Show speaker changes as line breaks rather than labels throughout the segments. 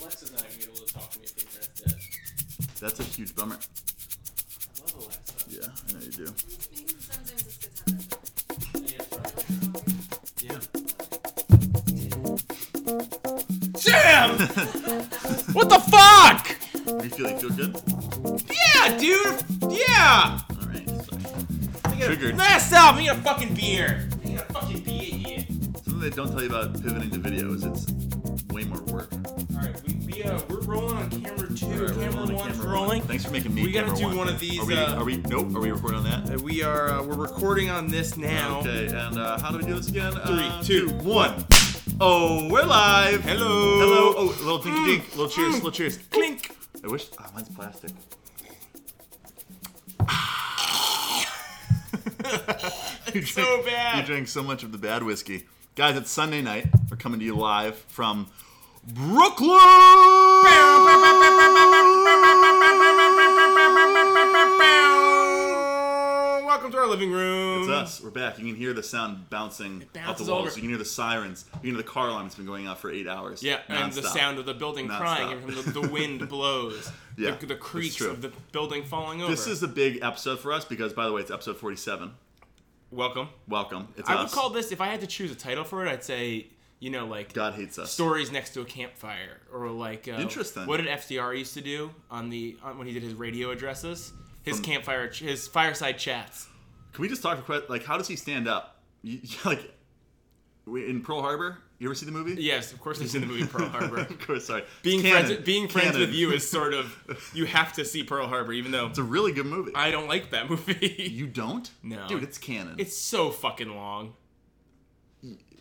Alexa's not even able to talk to me if they draft that.
That's a huge bummer.
I love Alexa.
Yeah, I know you do.
Sometimes it's good to have that.
And it's
I
right.
like the longer.
Yeah.
Jam! what the fuck?
You feel like feel good?
Yeah, dude. Yeah.
All right.
I gotta-
Triggered.
Last album, you got a fucking beer. You got a fucking beer here.
Something they don't tell you about pivoting to video is it's way more work.
All right, we, we uh, we're rolling on camera two.
All right, we're
camera
rolling
one's
camera one.
rolling.
Thanks for making me.
We gotta
camera
do one of these,
Are we,
uh,
are we? Nope. Are we recording on that?
Uh, We are uh, we're recording on this now.
Okay. And uh, how do we do this again?
Three,
Uh,
two,
one. Oh, we're live.
Hello.
Hello. Oh, little dinky
Mm,
dink. Little cheers.
mm.
Little cheers.
Clink.
I wish. Ah, mine's plastic. you
so bad.
You drank so much of the bad whiskey. Guys, it's Sunday night. We're coming to you live from Brooklyn!
Welcome to our living room.
It's us. We're back. You can hear the sound bouncing off the
Mm. bounces
walls.
over.
You can hear the sirens. You can hear the car alarm that's been going off for eight hours.
Yeah, and the
nonstop.
sound of the building
Nonstop.
crying, and the, the wind blows.
Yeah,
the, the
that's
creaks
true.
of the building falling over.
This is a big episode for us because, by the way, it's episode 47.
welcome.
Welcome. It's
I would
us.
call this if I had to choose a title for it, I'd say you know like
God hates us.
stories next to a campfire or like uh,
Interesting.
What did FDR used to do on the on, when he did his radio addresses? His campfire, ch- his fireside chats.
Can we just talk for like how does he stand up? You, like we- in Pearl Harbor, you ever see the movie?
Yes, of course, it's in the movie Pearl Harbor.
of course, sorry.
Being
Cannon.
friends, being friends
Cannon.
with you is sort of you have to see Pearl Harbor, even though
It's a really good movie.
I don't like that movie.
you don't?
No.
dude, it's canon.
It's so fucking long.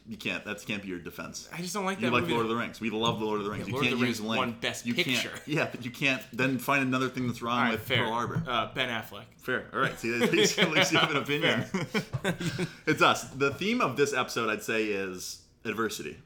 you can't. That can't be your defense.
I just don't like
You
that
like
movie.
Lord of the Rings. We love the Lord of the Rings. you
Lord of
can't
the
use
Rings
length.
won Best
you
Picture.
Can't, yeah, but you can't then find another thing that's wrong
All right,
with
fair.
Pearl Harbor.
Uh, ben Affleck.
Fair. All right. See, at least, at least you have an opinion. it's us. The theme of this episode, I'd say, is adversity.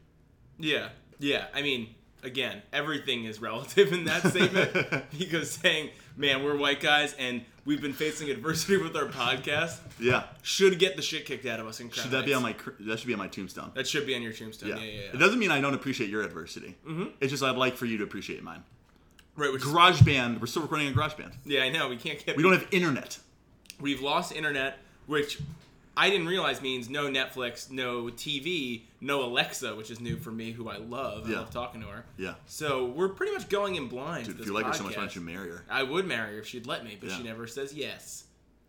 Yeah, yeah. I mean, again, everything is relative in that statement because saying, "Man, we're white guys and we've been facing adversity with our podcast,"
Yeah.
should get the shit kicked out of us. In
Should that be on my? cr- That should be on my tombstone.
That should be on your tombstone. Yeah, yeah, yeah. Mm-hmm.
It doesn't mean I don't appreciate your adversity. It's just I'd like for you to appreciate mine.
right. Which is,
GarageBand, we're still recording in GarageBand.
yeah, I know. We can't get.
We don't have internet.
We've lost internet, which I didn't realize means no Netflix, no TV, no Alexa, which is new for me, who I love. I
Yeah.
love talking to her.
Yeah.
So we're pretty much going in blind. to
Dude,
this
if you like her so much, why
podcast.
don't you marry her?
I would marry her if she'd let me, but she
Yeah.
never says yes.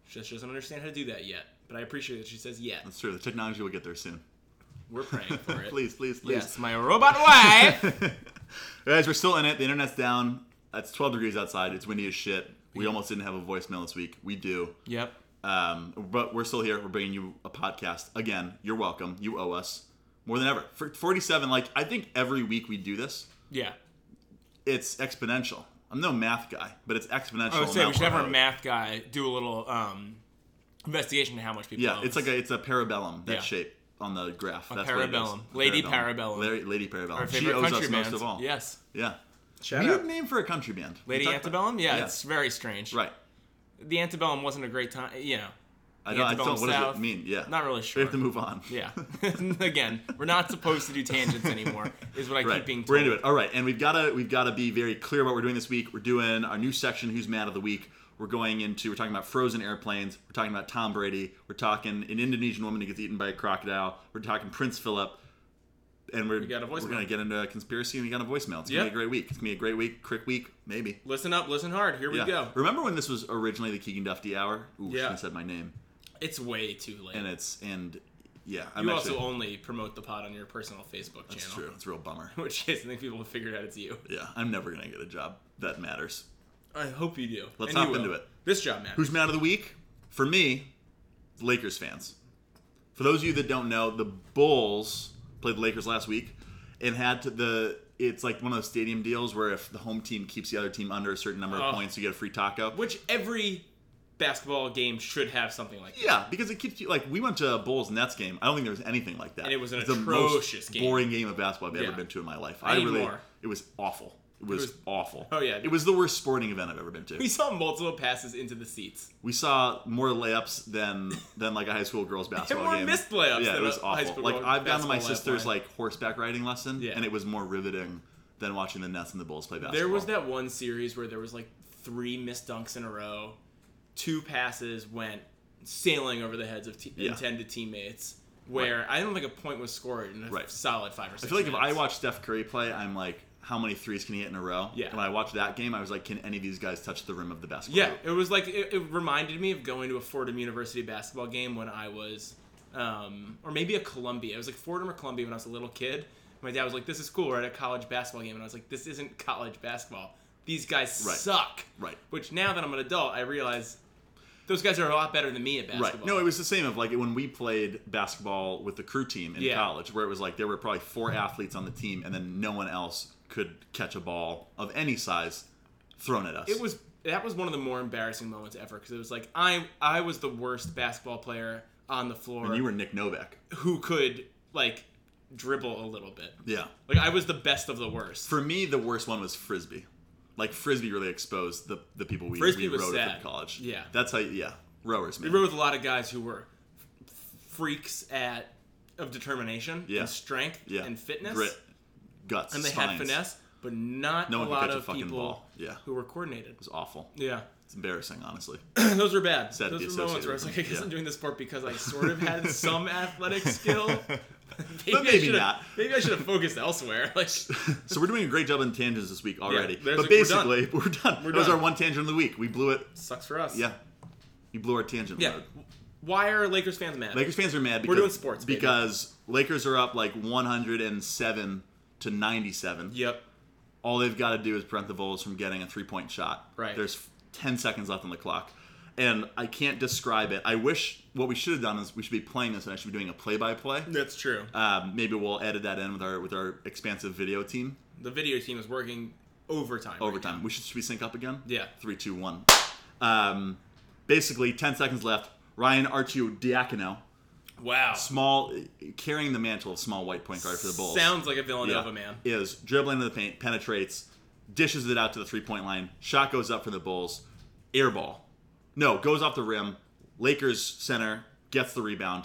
She just doesn't understand how to do that yet. But I appreciate that she says yes.
That's true. The technology will get there soon.
We're praying for it.
please, please, please.
Yes, my robot wife.
Guys, we're still in it. The internet's down. It's 12 degrees outside. It's windy as shit. We almost didn't have a voicemail this week. We do.
yep.
Um, but we're still here. We're bringing you a podcast. Again, you're welcome. You owe us more than ever. For 47, like, I think every week we do this,
Yeah.
it's exponential. I'm no math guy, but it's exponential.
I would say we
amount
should have
we're
our
owed.
math guy do a little um, investigation to how much people.
Yeah,
owe
it's
us.
like a, it's a parabellum that
Yeah.
shape on the graph. A
parabellum. Lady Parabellum.
Lady, Lady parabellum.
our
she
favorite
owes
country
us
bands.
most of all.
Yes.
Yeah.
Shout
Weird
out.
name for a country band. We
Lady
talked about-
Antebellum. Yeah,
Yeah.
it's very strange.
Right.
The Antebellum wasn't a great time. You know,
I
The
don't, I
Antebellum
don't what does
South.
it mean? Yeah.
not really
we
sure.
have to move on.
yeah. Again, we're not supposed to do tangents anymore. Is what I
Right.
keep being told.
We're into it. All right, and we've gotta we've gotta be very clear about what we're doing this week. We're doing our new section, Who's Mad of the Week. We're going into we're talking about frozen airplanes, we're talking about Tom Brady, we're talking an Indonesian woman who gets eaten by a crocodile, we're talking Prince Philip. And we're,
got a
we're
voicemail.
gonna get into conspiracy and we got a voicemail. It's
Yeah.
gonna be a great week. It's gonna be a great week, crick week, maybe.
Listen up. Listen hard. Here we go.
Remember when this was originally the Keegan Duffy hour? Ooh,
Yeah.
should have said my name.
It's way too late.
And it's and yeah, I'm
you
actually,
also only promote the pod on your personal Facebook
That's
channel,
true. It's a real bummer.
which is I think people have figured out it's you.
Yeah, I'm never gonna get a job that matters.
I hope you do.
Let's
And you
hop
will.
into it.
This job, man.
Who's mad of the week? For me, Lakers fans. For those of you that don't know, the Bulls played the Lakers last week and had to the. It's like one of those stadium deals where if the home team keeps the other team under a certain number of
Ugh.
points, you get a free taco.
Which every basketball game should have something like that.
Yeah, because it keeps you like we went to a Bulls Nets game. I don't think there was anything like that.
And it was an
It's the
atrocious
most
game.
boring game of basketball I've
Yeah.
ever been to in my life.
I
I,
need
really,
more.
it was awful. It was,
was-
awful.
Oh, yeah.
it was the worst sporting event I've ever been to.
We saw multiple passes into the seats.
We saw more layups than than like a high school girls basketball
more
game.
missed layups
Yeah,
than
it was
a high
awful.
school
Like
girl
I've gone to my
basketball
sister's
layup line.
like horseback riding lesson,
Yeah.
and it was more riveting than watching the Nets and the Bulls play basketball.
There was that one series where there was like three missed dunks in a row, two passes went sailing over the heads of te-
Yeah.
intended teammates. Where I don't think a point was scored in a
Right.
solid five or six.
I feel like if I
minutes.
watch Steph Curry play, I'm like, how many threes can he hit in a row?
Yeah.
And when I watched that game, I was like, can any of these guys touch the rim of the basketball?
Yeah, it was like it, it reminded me of going to a Fordham University basketball game when I was, um, or maybe a Columbia. It was like Fordham or Columbia when I was a little kid. My dad was like, "This is cool. We're at a college basketball game," and I was like, "This isn't college basketball. These guys
Right.
suck."
Right.
Which now that I'm an adult, I realize those guys are a lot better than me at basketball.
Right. No, it was the same of like when we played basketball with the crew team in
Yeah. Mm-hmm.
college, where it was like there were probably four athletes on the team, and then no one else could catch a ball of any size thrown at us.
It was that was one of the more embarrassing moments ever because it was like I I was the worst basketball player on the floor
And you were Nick Novak.
who could like dribble a little bit.
Yeah.
Like I was the best of the worst.
For me, the worst one was frisbee. Like frisbee really exposed the, the people we
Frisbee
we
was
rowed with
sad.
in college.
Yeah.
That's how. Yeah. Rowers, man.
We were with a lot of guys who were f- freaks at of determination
Yeah.
and strength
yeah.
and fitness,
Grit, guts,
and they
spines.
had finesse, but not
No
a
one could
lot
catch a
of
fucking
people
ball. Yeah.
who were coordinated.
It was awful.
Yeah,
It's embarrassing, honestly.
those were bad.
Sad to be
those were moments where I was like, I
associated with them.
guess
Yeah.
I'm doing this sport because I sort of had some athletic skill.
But
I
maybe
should've-
not.
Maybe I should have focused elsewhere. Like,
so we're doing a great job on tangents this week already.
there's
but
a- we're done.
basically, we're done. that was
done.
our one tangent of the week. We blew it.
sucks for us.
Yeah. You blew our tangent
yeah.
load.
Why are Lakers fans mad?
Lakers fans are mad because
We're doing sports, baby.
because Lakers are up like 107 to 97.
Yep.
All they've got to do is prevent the Bulls from getting a three-point shot.
Right.
There's 10 seconds left on the clock. And I can't describe it. I wish what we should have done is we should be playing this and I should be doing a play-by-play.
That's true.
Um, maybe we'll edit that in with our with our expansive video team.
The video team is working overtime. right
overtime. We should, should we sync up again?
Yeah.
Three, two, one. Um, basically, ten seconds left. Ryan Archio Diacono,
now. Wow.
small, carrying the mantle of small white point guard for the Bulls.
Sounds like a
Yeah.
Villanova man.
Is dribbling to the paint, penetrates, dishes it out to the three point line. Shot goes up for the Bulls. Air ball. No, goes off the rim. Lakers center gets the rebound.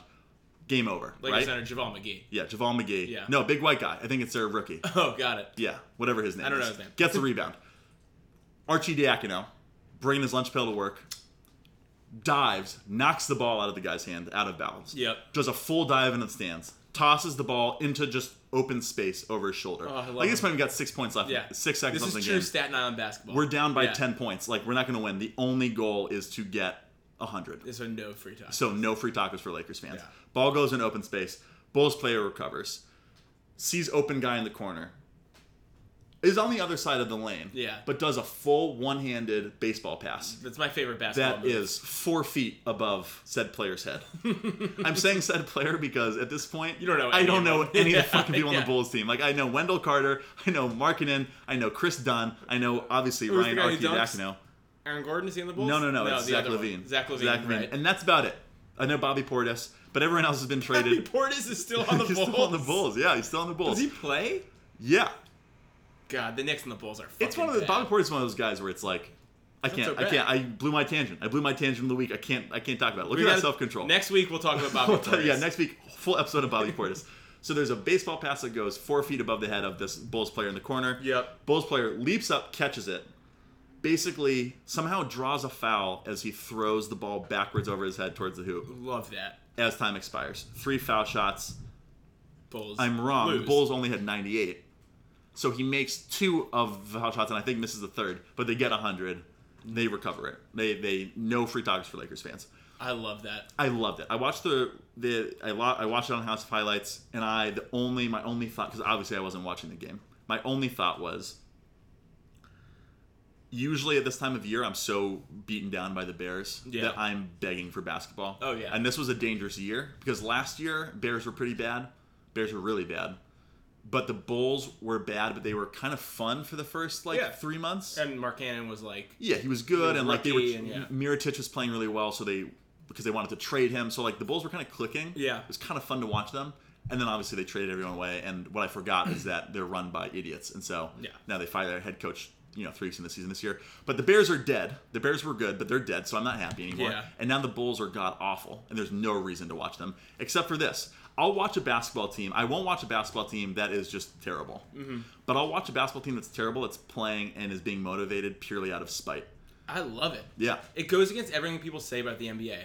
Game over.
Lakers
right?
center Javale McGee.
Yeah, Javale McGee.
Yeah.
No, big white guy. I think it's their rookie.
Oh, got it.
Yeah, whatever his name
I don't
is.
know his name.
Gets the rebound. Archie Diacono, bringing his lunch pail to work, dives, knocks the ball out of the guy's hand, out of bounds.
Yep.
Does a full dive into the stands, tosses the ball into just open space over his shoulder.
Oh, I love
like this
him.
point, we got six points left.
Yeah.
Six seconds
This is
left in
true
the game.
Staten Island basketball.
We're down by
Yeah.
10 points. Like, we're not going to win. The only goal is to get 100.
This is no free time.
So no free tacos for Lakers fans.
Yeah.
Ball goes in open space. Bulls player recovers. Sees open guy in the corner. Is on the other side of the lane.
Yeah.
But does a full one-handed baseball pass.
That's my favorite basketball.
That
move.
is four feet above said player's head. I'm saying said player because at this point,
You don't know
I don't
anyone.
know any of
Yeah,
the fucking people on
yeah.
the Bulls team. Like I know Wendell Carter, I know Markkinen, I know Chris Dunn, I know obviously
Who's the
Ryan
guy who dunks?
Archie
Aaron Gordon is he in the Bulls?
no, no, no. it's
the
Zach
other one.
Levine.
Zach Levine. Right.
And that's about it. I know Bobby Portis, but everyone else has been
Bobby
traded.
Portis is still on the
he's
Bulls.
still on the Bulls. Yeah, he's still on the Bulls.
Does he play?
Yeah.
God, the Knicks and the Bulls are. Fucking
It's one of the
bad.
Bobby Portis is one of those guys where it's like I
so
can't I
bad.
can't I blew my tangent. I blew my tangent of the week. I can't I can't talk about it. Look
We
at
gotta-
that self control.
Next week we'll talk about Bobby Portis.
yeah, next week, full episode of Bobby Portis. So there's a baseball pass that goes four feet above the head of this Bulls player in the corner.
Yep.
Bulls player leaps up, catches it, basically somehow draws a foul as he throws the ball backwards over his head towards the hoop.
Love that.
as time expires. Three foul shots.
Bulls.
I'm wrong. The
lose.
Bulls only had 98. So he makes two of the foul shots, and I think misses the third, but they get 100. They recover it. They they no free talks for Lakers fans.
I love that.
I loved it. I watched the the I, lo- I watched it on House of Highlights, and I the only my only thought because obviously I wasn't watching the game. My only thought was, usually at this time of year, I'm so beaten down by the Bears
Yeah.
that I'm begging for basketball.
Oh, yeah.
and this was a dangerous year because last year Bears were pretty bad. Bears were really bad, but the Bulls were bad, but they were kind of fun for the first like
Yeah.
three months.
And Mark Cannon was like,
Yeah, he was good,
He was
and like they were,
rookie, and yeah.
Miritich was playing really well, so they because they wanted to trade him. So like the Bulls were kind of clicking.
Yeah.
it was kind of fun to watch them. And then obviously they traded everyone away. And what I forgot is that they're run by idiots, and so
Yeah.
now they fire their head coach. You know, three weeks in the season this year, but the Bears are dead. The Bears were good, but they're dead, so I'm not happy anymore.
Yeah.
And now the Bulls are god awful, and there's no reason to watch them except for this. I'll watch a basketball team. I won't watch a basketball team that is just terrible.
Mm-hmm.
But I'll watch a basketball team that's terrible, that's playing and is being motivated purely out of spite.
I love it.
Yeah.
It goes against everything people say about the NBA,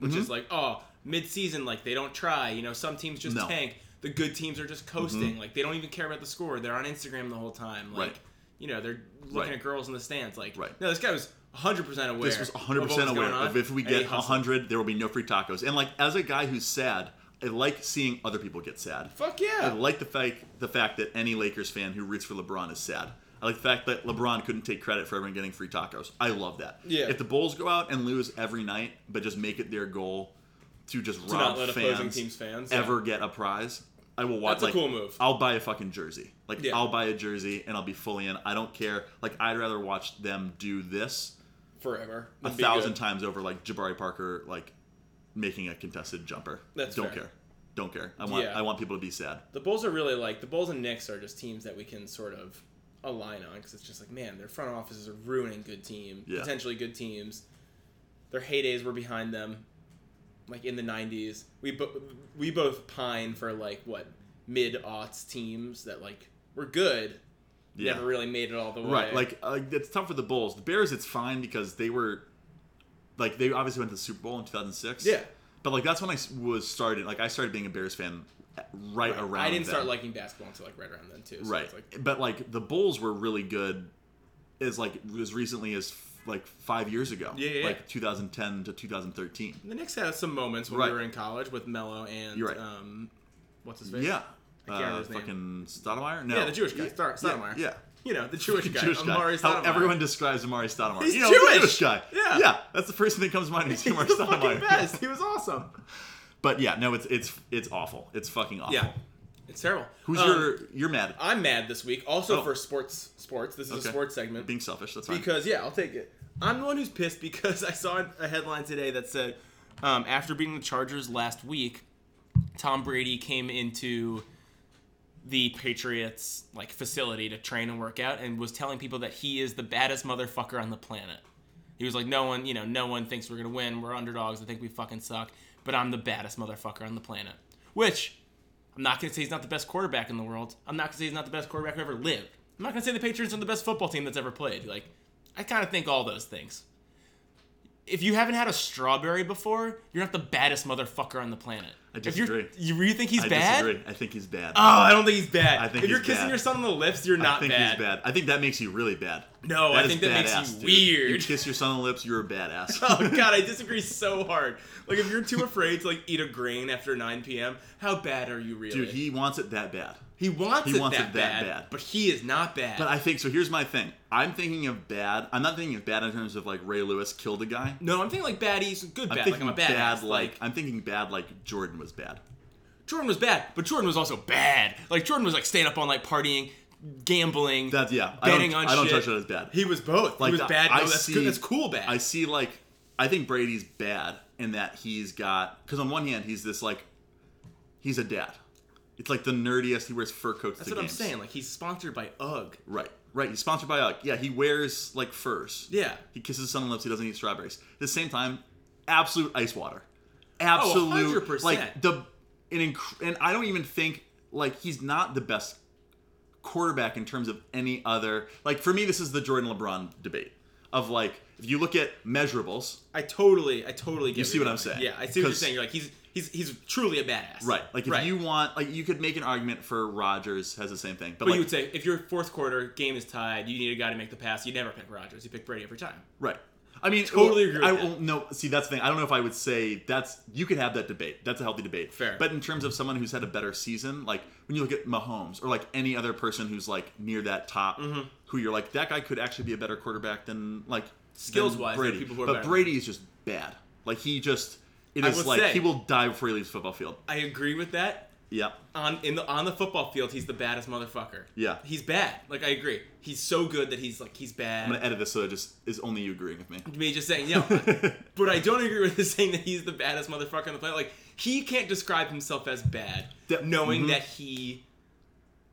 which
Mm-hmm.
is like, oh, mid-season, like they don't try. You know, some teams just
No. Mm-hmm.
tank. The good teams are just coasting. Like they don't even care about the score. They're on Instagram the whole time. Like,
Right.
you know, they're looking
Right.
at girls in the stands. Like,
Right.
no, this guy was 100 percent aware.
This was
of what
100%
going
aware
on,
of if we
and he
get
hustled.
100, there will be no free tacos. And like as a guy who's sad, I like seeing other people get sad.
Fuck
I
yeah.
like the fact the fact that any Lakers fan who roots for LeBron is sad. I like the fact that LeBron couldn't take credit for everyone getting free tacos. I love that.
Yeah.
If the Bulls go out and lose every night, but just make it their goal to just
to
rob
not let
fans,
opposing teams fans yeah.
ever get a prize, I will watch.
That's a
like,
cool move.
I'll buy a fucking jersey. Like
Yeah.
I'll buy a jersey and I'll be fully in. I don't care. Like I'd rather watch them do this
forever
a
than be
thousand
good.
times over like Jabari Parker like making a contested jumper.
That's
don't
fair.
care. Don't care. I want
Yeah.
I want people to be sad.
The Bulls are really like the Bulls and Knicks are just teams that we can sort of align on because it's just like man, their front offices are ruining good teams,
Yeah.
potentially good teams. Their heydays were behind them, like in the '90s. We bo- we both pine for like what mid aughts teams that like were good,
Yeah.
never really made it all the way.
Right, like uh, it's tough for the Bulls. The Bears, it's fine because they were, like, they obviously went to the Super Bowl in 2006.
Yeah.
but like that's when I s- was started. Like I started being a Bears fan right,
Right.
around.
I didn't
then.
start liking basketball until like right around then too. So
right,
It's like,
but like the Bulls were really good, as like as recently as f- like five years ago.
Yeah, yeah, yeah.
like 2010 to 2013.
the Knicks had some moments when
Right.
we were in college with Melo and
You're right.
um, what's his face?
Yeah,
I can't
uh,
remember his name.
fucking Stoudemire. No,
Yeah, the Jewish guy,
Yeah,
Star- Stoudemire.
Yeah.
You know, the Jewish guy.
Jewish guy.
Amari
How
Stoudemire.
everyone describes Amari Stoudemire.
He's
you know, the
Jewish!
Jewish guy.
Yeah.
yeah, that's the first thing that comes to mind. Is
He's
Amari
the fucking
Stoudemire.
best. He was awesome.
But yeah, no, it's it's it's awful. It's fucking awful.
Yeah, it's terrible.
Who's
Um,
your you're mad at
I'm mad this week. Also
Oh.
for sports. Sports. This is
Okay.
a sports segment.
being selfish? That's fine.
because yeah, I'll take it. I'm the one who's pissed because I saw a headline today that said um, after beating the Chargers last week, Tom Brady came into the Patriots like facility to train and work out and was telling people that he is the baddest motherfucker on the planet. He was like, no one, you know, no one thinks we're gonna win. We're underdogs. I think we fucking suck. But I'm the baddest motherfucker on the planet. Which I'm not gonna say he's not the best quarterback in the world. I'm not gonna say he's not the best quarterback who ever lived. I'm not gonna say the Patriots are the best football team that's ever played. Like, I kind of think all those things. If you haven't had a strawberry before, you're not the baddest motherfucker on the planet.
I
If
disagree.
you're, you, you think he's
I
bad?
disagree. I think he's bad.
Oh, I don't think he's bad.
I think
if you're
he's
kissing
bad.
your son on the lips, you're not
I think
bad.
he's bad. I think that makes you really bad.
No, I
is
think that makes you
badass, dude. You
weird.
kiss your son on the lips, you're a badass.
Oh god, I disagree so hard. Like if you're too afraid to like eat a grain after 9 p.m., how bad are you really?
Dude, he wants it that bad.
He wants
he
it
wants
that,
it that
bad,
bad.
but he is not bad.
But I think so. Here's my thing. I'm thinking of bad. I'm not thinking of bad in terms of like Ray Lewis killed a guy.
no, I'm thinking like baddies, good
I'm
bad. Like
thinking
I'm a badass.
bad
like,
like I'm thinking bad like Jordan was bad.
Jordan was bad, but Jordan was also bad. Like Jordan was like staying up all night partying, gambling.
That's yeah.
Betting
I
on
don't, I don't
shit.
touch that as bad.
he was both.
Like,
he was
I-
bad.
I
no, that's
see-
good. That's cool bad.
I see like I think Brady's bad in that he's got because on one hand he's this like he's a dad. It's like the nerdiest. He wears fur coats.
that's
to
what I'm
games.
saying. Like he's sponsored by UGG.
Right, right. He's sponsored by UGG. Yeah, he wears like furs.
Yeah.
He kisses his son on the lips. He doesn't eat strawberries. At the same time, absolute ice water. Absolute.
100%.
Like the an inc- and I don't even think like he's not the best quarterback in terms of any other. Like for me, this is the Jordan LeBron debate of like if you look at measurables,
I totally, I totally get. You
see what I'm saying?
Yeah, I see what you're
'Cause-
saying. You're like he's he's he's truly a badass.
right? Like if you want, like you could make an argument for Rogers has the same thing, but,
But
like,
you would say if your fourth quarter game is tied, you need a guy to make the pass. You never pick Rodgers. You pick Brady every time.
Right. I mean,
Totally agree
well,
with
I
that.
won't no. See, that's the thing. I don't know if I would say that's you could have that debate. That's a healthy debate.
Fair.
But in terms of someone who's had a better season, like when you look at Mahomes or like any other person who's like near that top,
Mm-hmm.
who you're like that guy could actually be a better quarterback than like than
Skills-wise, there are
Brady.
people who are
but
better.
Brady is just bad. Like he just it
I
is
would
like
say-
he will die before he leaves the football field.
I agree with that.
Yeah.
On in the on the football field, he's the baddest motherfucker.
Yeah.
he's bad. Like I agree. He's so good that he's like he's bad.
I'm gonna edit this so it just is only you agreeing with me.
me just saying, you know, but I don't agree with the saying that he's the baddest motherfucker on the planet. Like he can't describe himself as bad,
That-
knowing
mhm.
that he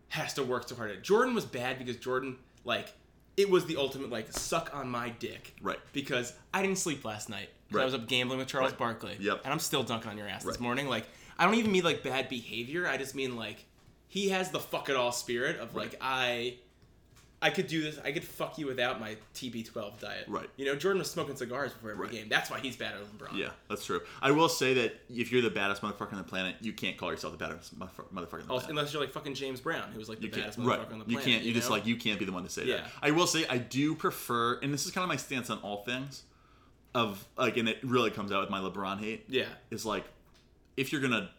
has to work so hard. at it. Jordan was bad because Jordan, like, it was the ultimate like suck on my dick,
Right.
Because I didn't sleep last night. 'cause
Right.
I was up gambling with Charles Barkley.
Yep.
And I'm still dunking on your ass
Right.
this morning. Like I don't even mean like bad behavior. I just mean like he has the fuck it all spirit of like I I could do this. I could fuck you without my TB12 diet.
Right.
You know, Jordan was smoking cigars before every
Right.
game. That's why he's better than LeBron.
Yeah, that's true. I will say that if you're the baddest motherfucker on the planet, you can't call yourself the baddest motherfucker motherfucker on the
Also,
planet.
unless you're like fucking James Brown, who was like the
You can't,
baddest motherfucker
right?
on the planet.
you can't. You, just
know?
like you can't be the one to say
Yeah.
that. I will say I do prefer, and this is kind of my stance on all things. Of like, and it really comes out with my LeBron hate.
Yeah.
is like, if you're gonna,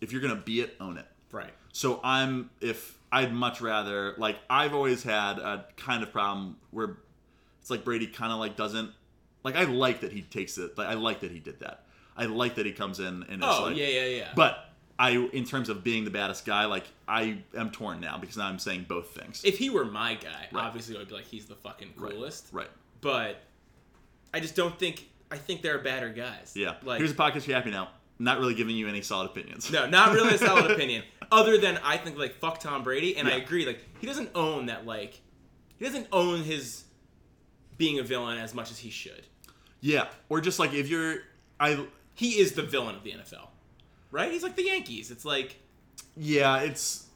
if you're gonna be it, own it.
Right.
So I'm if I'd much rather like I've always had a kind of problem where it's like Brady kind of like doesn't like I like that he takes it. Like I like that he did that. I like that he comes in and it's
Oh
like
yeah, yeah, yeah.
but I in terms of being the baddest guy like I am torn now because now I'm saying both things.
if he were my guy,
Right.
obviously I would be like he's the fucking
Right.
coolest.
Right.
But I just don't think I think there are badder guys.
Yeah.
Like
Here's a podcast for happy now. Not really giving you any solid opinions.
No, not really a solid opinion. Other than I think like fuck Tom Brady, and I
Yeah.
agree. Like he doesn't own that. Like he doesn't own his being a villain as much as he should.
Yeah. Or just like if you're I
He is the villain of the NFL, right? He's like the Yankees. It's like
yeah, it's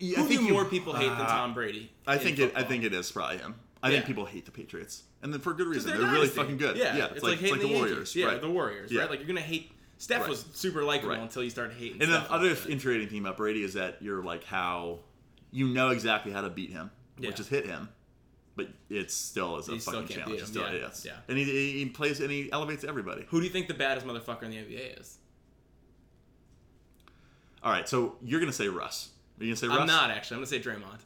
Yeah, I
who do
think you-
more people hate than
Ah.
Tom Brady?
I
in
think it. I
football?
think it is probably him. I
Yeah.
think people hate the Patriots, and then for good
'Cause
reason.
they're
They're, really
dynasty.
fucking good.
Yeah,
it's, like, it's like the,
hating
Warriors,
Yankees. Yeah,
right?
the Warriors.
Yeah.
Right, like you're gonna hate. Steph
Right.
was super likable
Right.
until you started hating.
and the
Steph a
other
little bit.
infuriating thing about Brady is that you're like how you know exactly how to beat him,
Yeah.
which is hit him, but it still is a
You still
fucking
can't
challenge.
beat
It's
him,
Still,
yeah,
yes.
yeah.
And he, he- he plays and he elevates everybody.
Who do you think the baddest motherfucker in the NBA is?
All right, so you're gonna say Russ. Are you gonna say Russ?
I'm not actually. I'm gonna say Draymond.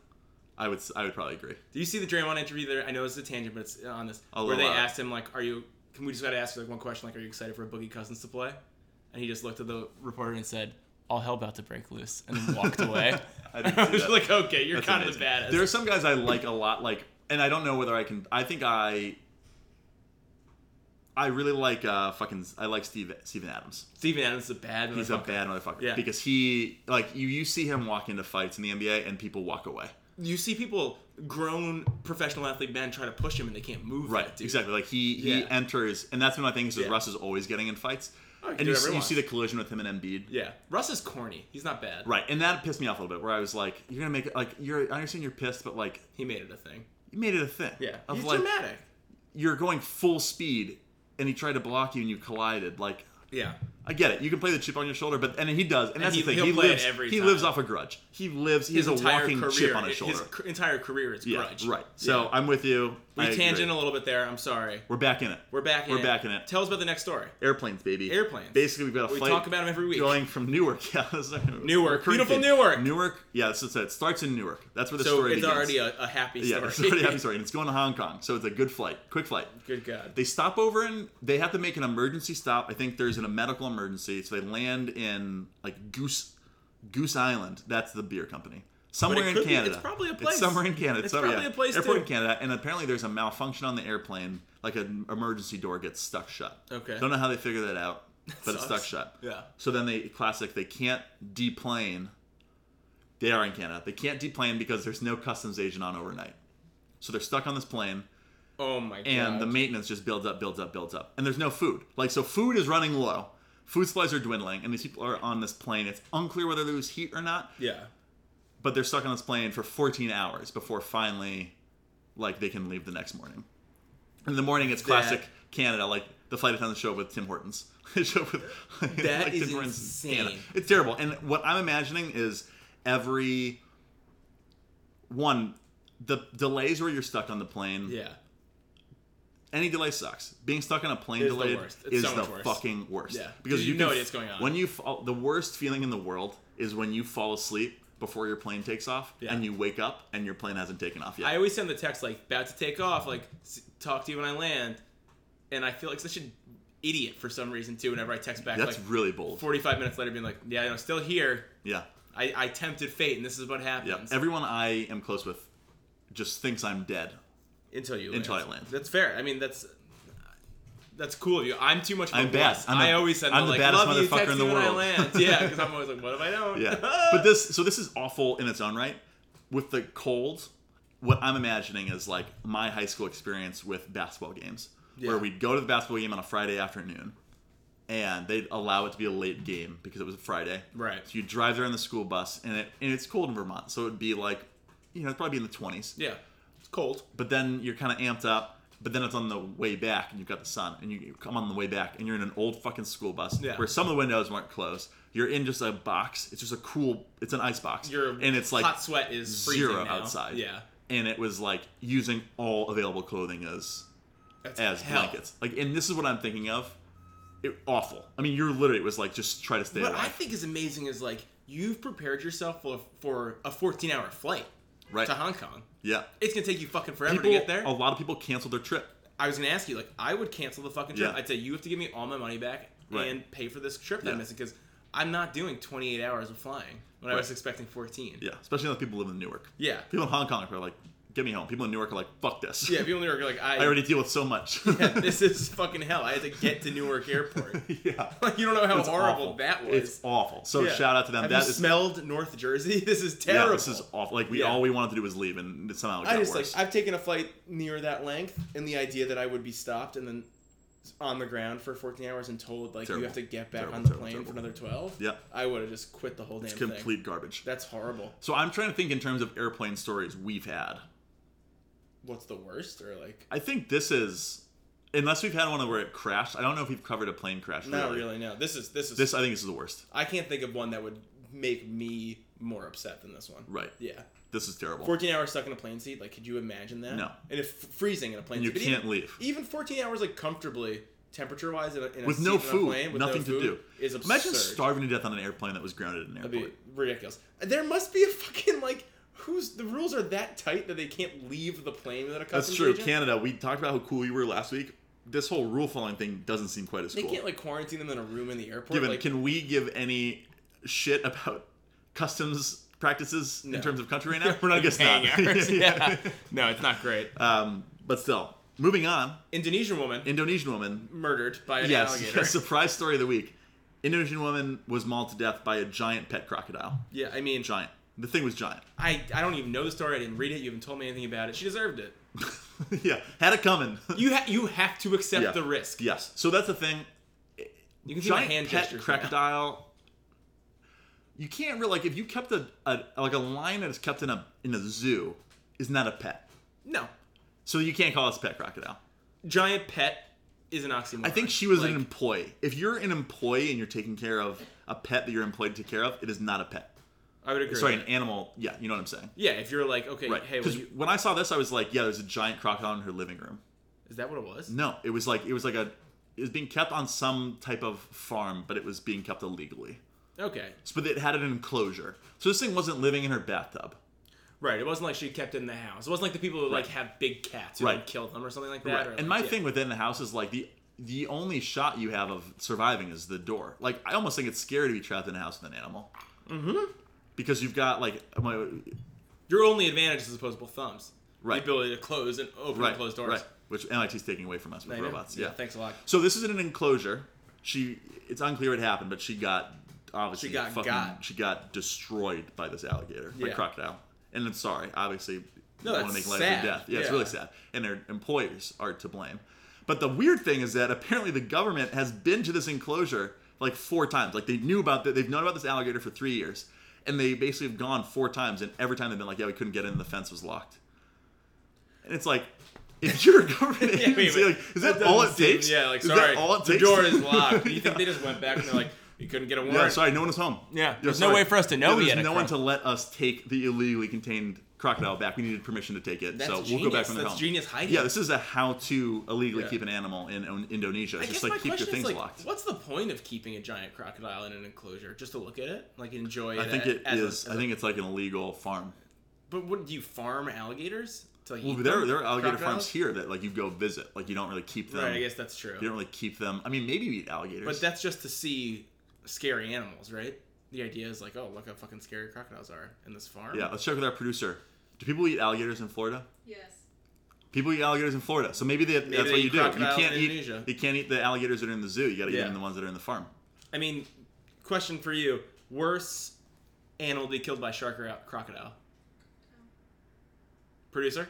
I would. s- I would probably agree.
Do you see the Draymond interview there? I know it's a tangent, but it's on this
I'll
where they
allow it.
asked him like, "Are you? Can we just gotta ask you like one question? Like, are you excited for Boogie Cousins to play?" And he just looked at the reporter and said, "All hell about to break loose," and then walked away.
I
I,
didn't see
was
that.
like, "Okay, you're
That's
kind of the
amazing.
baddest."
There are some guys I like a lot, like, and I don't know whether I can. I think I, I really like uh fucking. I like Steve Steven Adams.
Steven Adams is a bad.
He's a
motherfucker.
bad motherfucker.
Yeah.
Because he like you you see him walk into fights in the NBA and people walk away.
You see people, grown professional athlete men, try to push him and they can't move.
Right.
that dude.
Exactly. Like he he
Yeah.
enters, and that's one of my things is
Yeah.
Russ is always getting in fights,
Oh, he can
and
do
you,
whatever he
you
wants.
see the collision with him and Embiid.
Yeah. Russ is corny. He's not bad.
Right, and that pissed me off a little bit. Where I was like, "You're gonna make it like you're." I understand you're pissed, but like
He made it a thing.
you made it a thing.
Yeah.
of
He's
like
dramatic.
you're going full speed, and he tried to block you, and you collided. Like
Yeah.
I get it. You can play the chip on your shoulder, but and he does, and, that's
he-
the thing.
he'll
He
play it
lives.
every
he lives
time.
off a grudge. He lives. He is a
entire
walking chip on his shoulder.
His c- entire career is
yeah,
grudge.
right. So
Yeah.
I'm with you. I
we
agree.
tangent a little bit there. I'm sorry.
We're back in it.
We're back in
We're
it.
back in it.
Tell us about the next story.
Airplanes, baby.
Airplanes.
Basically, we've got a
We
flight
talk about them every week.
going from Newark. Yeah, that's not gonna-
Newark.
we're
Beautiful
creeping.
Newark.
Newark. Yeah, that's just it. It starts in Newark. That's where the
so
story
it's
begins.
already a, a happy
yeah,
story.
it's already a happy story, and it's going to Hong Kong. So it's a good flight, quick flight.
Good God.
They stop over and they have to make an emergency stop. I think there's an, a medical emergency, so they land in like Goose Goose Island. That's the beer company. Somewhere in
could be- it's
Canada.
probably a place.
somewhere in Canada.
It's
somewhere-
probably
yeah.
a place,
Airport
too.
in Canada, and apparently there's a malfunction on the airplane. Like an emergency door gets stuck shut.
Okay.
Don't know how they figure that out, but it's stuck
Sucks.
shut.
Yeah.
So then they classic. They can't deplane. They are in Canada. They can't deplane because there's no customs agent on overnight. So they're stuck on this plane
Oh my God.
and the maintenance just builds up, builds up, builds up, and there's no food. Like so, food is running low. Food supplies are dwindling, and these people are on this plane. It's unclear whether they lose heat or not,
yeah.
but they're stuck on this plane for 14 hours before finally, like they can leave the next morning. In the morning, it's classic Canada, like the flight attendant show up with Tim Hortons. They show up with
That
like
is
Tim Hortons in
insane.
Canada. It's terrible. And what I'm imagining is every one the delays where you're stuck on the plane
Yeah.
any delay sucks. Being stuck on a plane
It's the
delayed
worst. It's
is
so
the
much worse.
fucking worst.
Yeah.
because
You
you
know
can-
it's going on.
When you fall, the worst feeling in the world is when you fall asleep before your plane takes off,
Yeah.
and you wake up and your plane hasn't taken off yet.
I always send the text like about to take off, like s- talk to you when I land, and I feel like such an idiot for some reason too. Whenever I text back,
That's
like
really bold.
45 minutes later, being like, "Yeah, I'm still here.
yeah,
I, I tempted fate, and this is what
yeah.
happens."
Everyone I am close with just thinks I'm dead.
until you
Until
land.
I land.
That's fair. I mean, that's that's cool of you. I'm too much. Of
I'm
a
bad.
wuss.
I'm
I
a-
always send
I'm
them,
the
like,
baddest
"Love you,
motherfucker
text
in the
me when I
world."
land. Yeah, because I'm always like, what if I don't?
Yeah, but this so this is awful in its own right. With the cold, what I'm imagining is like my high school experience with basketball games,
Yeah.
where we'd go to the basketball game on a Friday afternoon. and they'd allow it to be a late game because it was a Friday.
Right.
So you drive there on the school bus, and it and it's cold in Vermont, so it'd be like, you know, it'd probably be in the twenties.
Yeah. It's cold.
But then you're kind of amped up. But then it's on the way back, and you've got the sun, and you, you come on the way back, and you're in an old fucking school bus
Yeah.
where some of the windows weren't closed. You're in just a box. It's just a cool. It's an ice box.
Your
and it's like
hot sweat is freezing
zero
now.
outside.
Yeah.
and it was like using all available clothing as
That's
as
hell.
blankets. Like, and this is what I'm thinking of. It awful. I mean, you're literally it was like just try to stay
What I
alive,
think is amazing is like you've prepared yourself for, for a 14 hour flight
right?
to Hong Kong.
Yeah.
It's gonna take you fucking forever
People,
to get there.
a lot of people canceled their trip.
I was gonna ask you, like, I would cancel the fucking trip.
Yeah.
I'd say you have to give me all my money back
Right.
and pay for this trip that
Yeah.
I'm missing because I'm not doing 28 hours of flying when I was
Right.
expecting 14.
Yeah, especially those people who live in Newark.
Yeah.
People in Hong Kong are like, "Get me home." People in Newark are like, "Fuck this."
Yeah, people in Newark are like, I,
I already deal with so much.
yeah, this is fucking hell. I had to get to Newark Airport.
yeah.
Like, you don't know how
It's
horrible
awful.
that was.
It's awful. So
Yeah.
shout out to them.
Have
That
you
is
smelled North Jersey? This is
yeah,
terrible.
this is awful. Like we
Yeah.
all we wanted to do was leave, and it somehow it got
I just
worse.
like I've taken a flight near that length, and the idea that I would be stopped and then on the ground for 14 hours and told like
Terrible.
you have to get back
Terrible,
on the
terrible,
plane
terrible.
for another 12.
Yeah.
I would have just quit the whole damn
it's
thing.
complete garbage.
That's horrible.
So I'm trying to think in terms of airplane stories we've had.
What's the worst or like?
I think this is, unless we've had one where it crashed. I don't know if we've covered a plane crash.
Not really. No. This is this is.
This I think this is the worst.
I can't think of one that would make me more upset than this one.
Right.
Yeah.
This is terrible.
14 hours stuck in a plane seat. Like, could you imagine that?
No.
And if freezing in a plane
and you
seat. but
can't
even,
leave.
Even 14 hours, like comfortably, temperature wise, in a, in a
With
seat
no
in a
food,
plane with no
nothing to
food
do.
is absurd.
Imagine starving to death on an airplane that was grounded in an
That'd
airport.
be ridiculous. There must be a fucking like who's the rules are that tight that they can't leave the plane without a customs
That's true.
agent?
Canada, we talked about how cool you were last week. This whole rule following thing doesn't seem quite as
they
cool.
can't like quarantine them in a room in the airport.
Given,
like,
can we give any shit about customs practices
No.
in terms of country right now? I guess
paying
not.
hours. yeah. No, it's not great.
Um, but still, moving on.
Indonesian woman
Indonesian woman.
murdered by an
yes,
alligator.
yes, surprise story of the week. Indonesian woman was mauled to death by a giant pet crocodile.
Yeah, I mean,
Giant. The thing was giant.
I, I don't even know the story. I didn't read it. You haven't told me anything about it. She deserved it.
yeah, had it coming.
You ha- you have to accept
Yeah.
the risk.
yes. So that's the thing.
You can see my
giant
hand
pet
gestures. now.
crocodile. You can't really like if you kept a, a like a lion that is kept in a in a zoo is not a pet,
No,
so you can't call us pet crocodile.
giant pet is an oxymoron.
I think she was
like,
an employee. If you're an employee and you're taking care of a pet that you're employed to take care of, it is not a pet.
I would agree.
Sorry,
with
an
that.
animal. Yeah, you know what I'm saying,
yeah, if you're like, okay,
right?
hey, will
Because
you-
when I saw this, I was like, yeah, there's a giant crocodile in her living room.
is that what it was?
No, it was like it was like a it was being kept on some type of farm, but it was being kept illegally.
Okay,
So, but it had an enclosure. So this thing wasn't living in her bathtub.
right. It wasn't like she kept it in the house. It wasn't like the people who like
Right.
have big cats who
Right.
like kill them or something like that.
Right.
or,
and
like,
my
yeah.
thing within the house is like the the only shot you have of surviving is the door. Like I almost think it's scary to be trapped in a house with an animal. Mm-hmm. Because you've got like my,
your only advantage is opposable thumbs.
Right.
The ability to close and open
right,
and close doors.
right, which MIT's taking away from us with
I know.
robots. Yeah.
Thanks a lot.
So this is in an enclosure. She it's unclear what happened, but she got obviously
She got
fucking
got.
she got destroyed by this alligator, by
Yeah.
crocodile. And I'm sorry, obviously
No,
you wanna
that's
make light
sad.
of their death. Yeah, it's
Yeah.
really sad. And their employers are to blame. But the weird thing is that apparently the government has been to this enclosure like four times. Like they knew about that they've known about this alligator for three years. And they basically have gone four times and every time they've been like, Yeah, we couldn't get in, the fence was locked. And it's like if you're a government
Yeah, wait,
agency,
wait.
like, is that,
doesn't
all it
seem-
takes?
Yeah, like
is
sorry,
that all it
the
takes?
door is locked. You think
Yeah.
they just went back and they're like, you couldn't get a warrant?
Yeah, sorry, no one was home.
Yeah, there's no way for us to know
Yeah,
he
there's
had a
no one
croc-
to let us take the illegally contained crocodile back. We needed permission to take it,
That's
so
genius.
we'll go back on the
That's
home.
genius hiding.
Yeah, this is a how to illegally
Yeah.
keep an animal in, in Indonesia.
I
It's just
guess
like
my
keep your
question
things
is like,
locked.
what's the point of keeping a giant crocodile in an enclosure just to look at it, like enjoy it?
I think
a-
it
as a-
is.
as
I
a-
think it's like an illegal farm.
But what do you farm alligators? To like
Well,
eat
there
them?
there are alligator
Crocodiles?
farms here that like you go visit. Like you don't really keep them.
Right, I guess that's true.
You don't really keep them. I mean, maybe you eat alligators.
But that's just to see scary animals, right? The idea is like, oh, look how fucking scary crocodiles are in this farm.
yeah. Let's check with our producer. Do people eat alligators in Florida?
Yes.
People eat alligators in Florida, so maybe, they, that's
they
what
eat
you do. You
crocodiles
can't
in
eat.
Indonesia.
You can't eat the alligators that are in the zoo. You got to eat
Yeah.
them the ones that are in the farm.
I mean, question for you: worse animal to be killed by shark or out- crocodile? Producer.